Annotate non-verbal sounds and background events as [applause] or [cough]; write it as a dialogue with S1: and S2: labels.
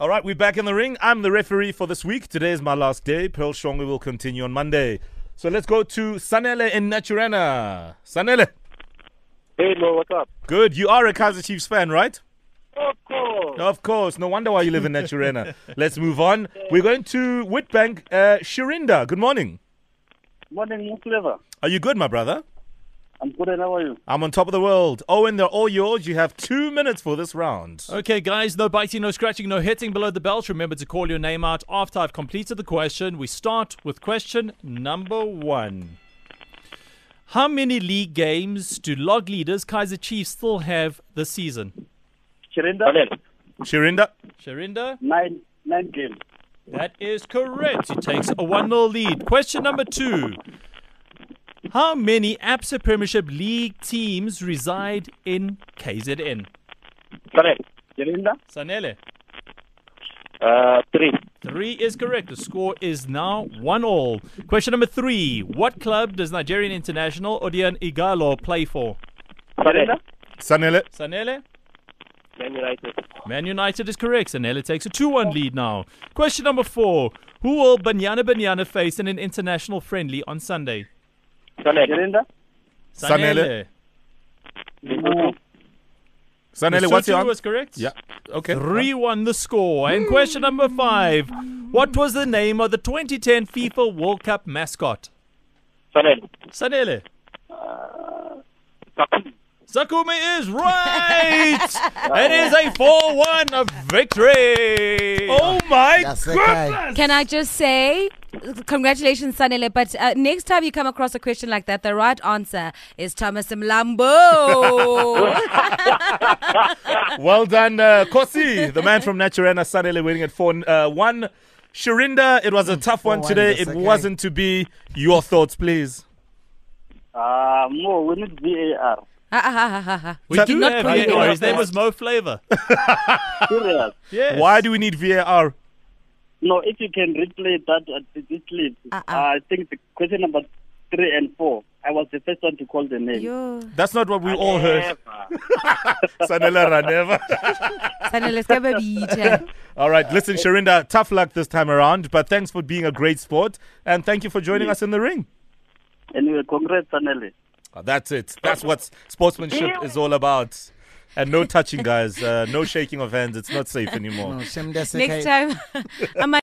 S1: All right, we're back in the ring. I'm the referee for this week. Today is my last day. Pearl Shonga will continue on Monday. So let's go to Sanele in Naturana. Sanele,
S2: Hey, Mo, what's up?
S1: good. You are a Kaiser Chiefs fan, right?
S2: Of course.
S1: Of course. No wonder why you live in Naturana. let's move on. We're going to Whitbank. Uh, Shirinda, good morning.
S2: Morning, Mo Clever.
S1: Are you good, my brother?
S2: I'm good, and how are you?
S1: I'm on top of the world. Owen, they're all yours. You have two minutes for this round.
S3: Okay, guys, no biting, no scratching, no hitting below the belt. Remember to call your name out after I've completed the question. We start with question number one. How many league games do log leaders Kaiser Chiefs still have this season?
S2: Chirinda?
S1: Shirinda,
S3: Sharinda,
S2: Nine, nine games.
S3: that is correct. He takes a 1 0 lead. Question number two. How many APSA Premiership League teams reside in KZN?
S2: Correct. Chirinda?
S3: Sanele.
S2: Uh, three.
S3: Three is correct. The score is now one all. Question number three: What club does Nigerian international Odion Igalo play for?
S2: Chirinda?
S1: Sanele,
S3: Sanele.
S2: Man United.
S3: Man United is correct. Sanele takes a two-one lead now. Question number four: Who will Banyana Banyana face in an international friendly on Sunday?
S2: Correct. Chirinda?
S1: Sanele. Sanele, what's
S3: Lesotho
S1: your answer?
S3: was correct.
S1: Yeah. Okay.
S3: Three won the score. And question number five: What was the name of the 2010 FIFA World Cup mascot?
S2: Correct.
S3: Sanele. Sakumi is right. it is a 4 1 victory.
S1: Oh my
S4: That's the
S1: goodness!
S5: Can I just say, congratulations, Sanele, but uh, next time you come across a question like that, the right answer is Thomas
S4: [laughs]
S5: Mlambo.
S1: Well done, uh, Kosi, the man from Naturana, Sanele winning at 4 uh, 1. Shirinda, it was a tough one
S4: 4-1,
S1: today.
S4: that's
S1: It
S4: okay.
S1: wasn't to be. Your thoughts, please.
S2: Uh, Mo, we need VAR.
S3: we
S1: Sa-
S3: do
S1: Not
S3: have
S5: creative.
S3: VAR. His name was Mo Flavor.
S2: [laughs] Serious.
S3: Yes.
S1: Why do we need VAR?
S2: No, if you can replay that at this clip, uh,
S5: Uh-uh.
S2: I think the question number three and four, I was the first one to call the name.
S5: Yo.
S1: That's not what we all heard. Sanele Raneva.
S5: Sanele, ska vara
S4: [laughs]
S5: bitter.
S1: [laughs] all right, listen, Shirinda, tough luck this time around, but thanks for being a great sport and thank you for joining us in the ring.
S2: Anyway, congrats, Anele.
S1: Uh, That's it. That's what sportsmanship is all about. And
S3: Oh,
S1: no touching, guys. Uh, no shaking of hands. It's not safe anymore.
S4: Shame that's
S5: Next
S4: okay.
S5: time, I might